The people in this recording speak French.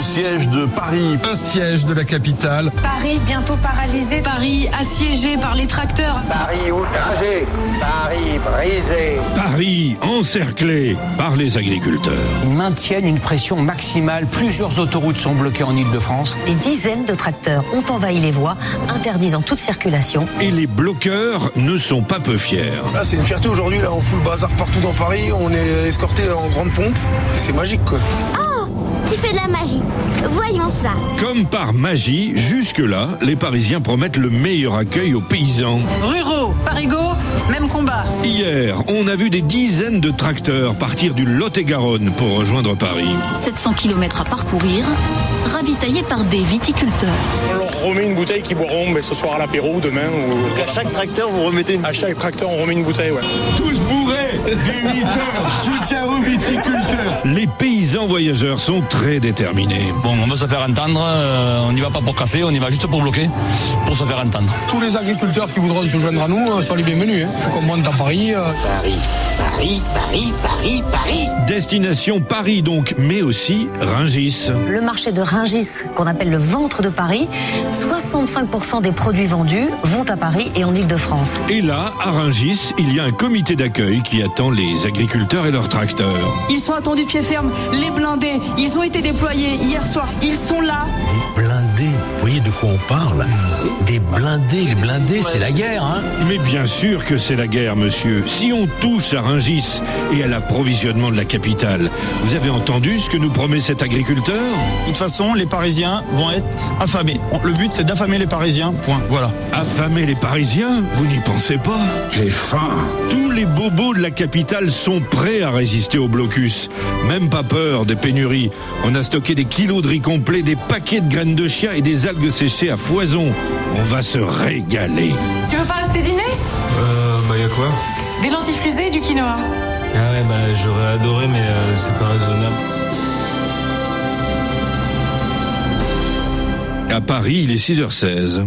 siège de Paris. Un siège de la capitale. Paris bientôt paralysé. Paris assiégé par les tracteurs. Paris outragé. Paris brisé. Paris encerclé par les agriculteurs. Ils maintiennent une pression maximale. Plusieurs autoroutes sont bloquées en Ile-de-France. Des dizaines de tracteurs ont envahi les voies, interdisant toute circulation. Et les bloqueurs ne sont pas peu fiers. Là, c'est une fierté aujourd'hui. Là, on fout le bazar partout dans Paris. On est escorté en grande pompe. C'est magique, quoi. Oh tu fais de la magie. Voyons ça. Comme par magie, jusque-là, les Parisiens promettent le meilleur accueil aux paysans. Ruraux, parigots, même combat. Hier, on a vu des dizaines de tracteurs partir du Lot-et-Garonne pour rejoindre Paris. 700 km à parcourir, ravitaillés par des viticulteurs. On leur remet une bouteille qu'ils boiront mais ce soir à l'apéro, demain. Ou... Donc à chaque tracteur, vous remettez une... À chaque tracteur, on remet une bouteille, ouais. Tous bourrés, des 8 heures, soutien aux viticulteurs. Les paysans voyageurs sont très déterminés. Bon, on veut se faire entendre, euh, on n'y va pas pour casser, on y va juste pour bloquer, pour se faire entendre. Tous les agriculteurs qui voudront se joindre à nous euh, sont les bienvenus. Il hein. faut qu'on monte à Paris. Euh... Paris. Paris, Paris, Paris, Paris. Destination Paris donc, mais aussi Ringis. Le marché de Ringis, qu'on appelle le ventre de Paris, 65% des produits vendus vont à Paris et en Ile-de-France. Et là, à Ringis, il y a un comité d'accueil qui attend les agriculteurs et leurs tracteurs. Ils sont attendus pied ferme, les blindés, ils ont été déployés hier soir, ils sont là. Des blindés, vous voyez de quoi on parle Des blindés, les blindés, c'est la guerre, hein Mais bien sûr que c'est la guerre, monsieur. Si on touche à Ringis, et à l'approvisionnement de la capitale. Vous avez entendu ce que nous promet cet agriculteur De toute façon, les Parisiens vont être affamés. Le but, c'est d'affamer les Parisiens. Point. Voilà. Affamer les Parisiens Vous n'y pensez pas J'ai faim. Tous les bobos de la capitale sont prêts à résister au blocus. Même pas peur des pénuries. On a stocké des kilos de riz complet, des paquets de graines de chia et des algues séchées à foison. On va se régaler. Tu veux pas rester dîner Euh, bah y a quoi des lentilles frisées et du quinoa. Ah ouais, bah j'aurais adoré, mais euh, c'est pas raisonnable. À Paris, il est 6h16.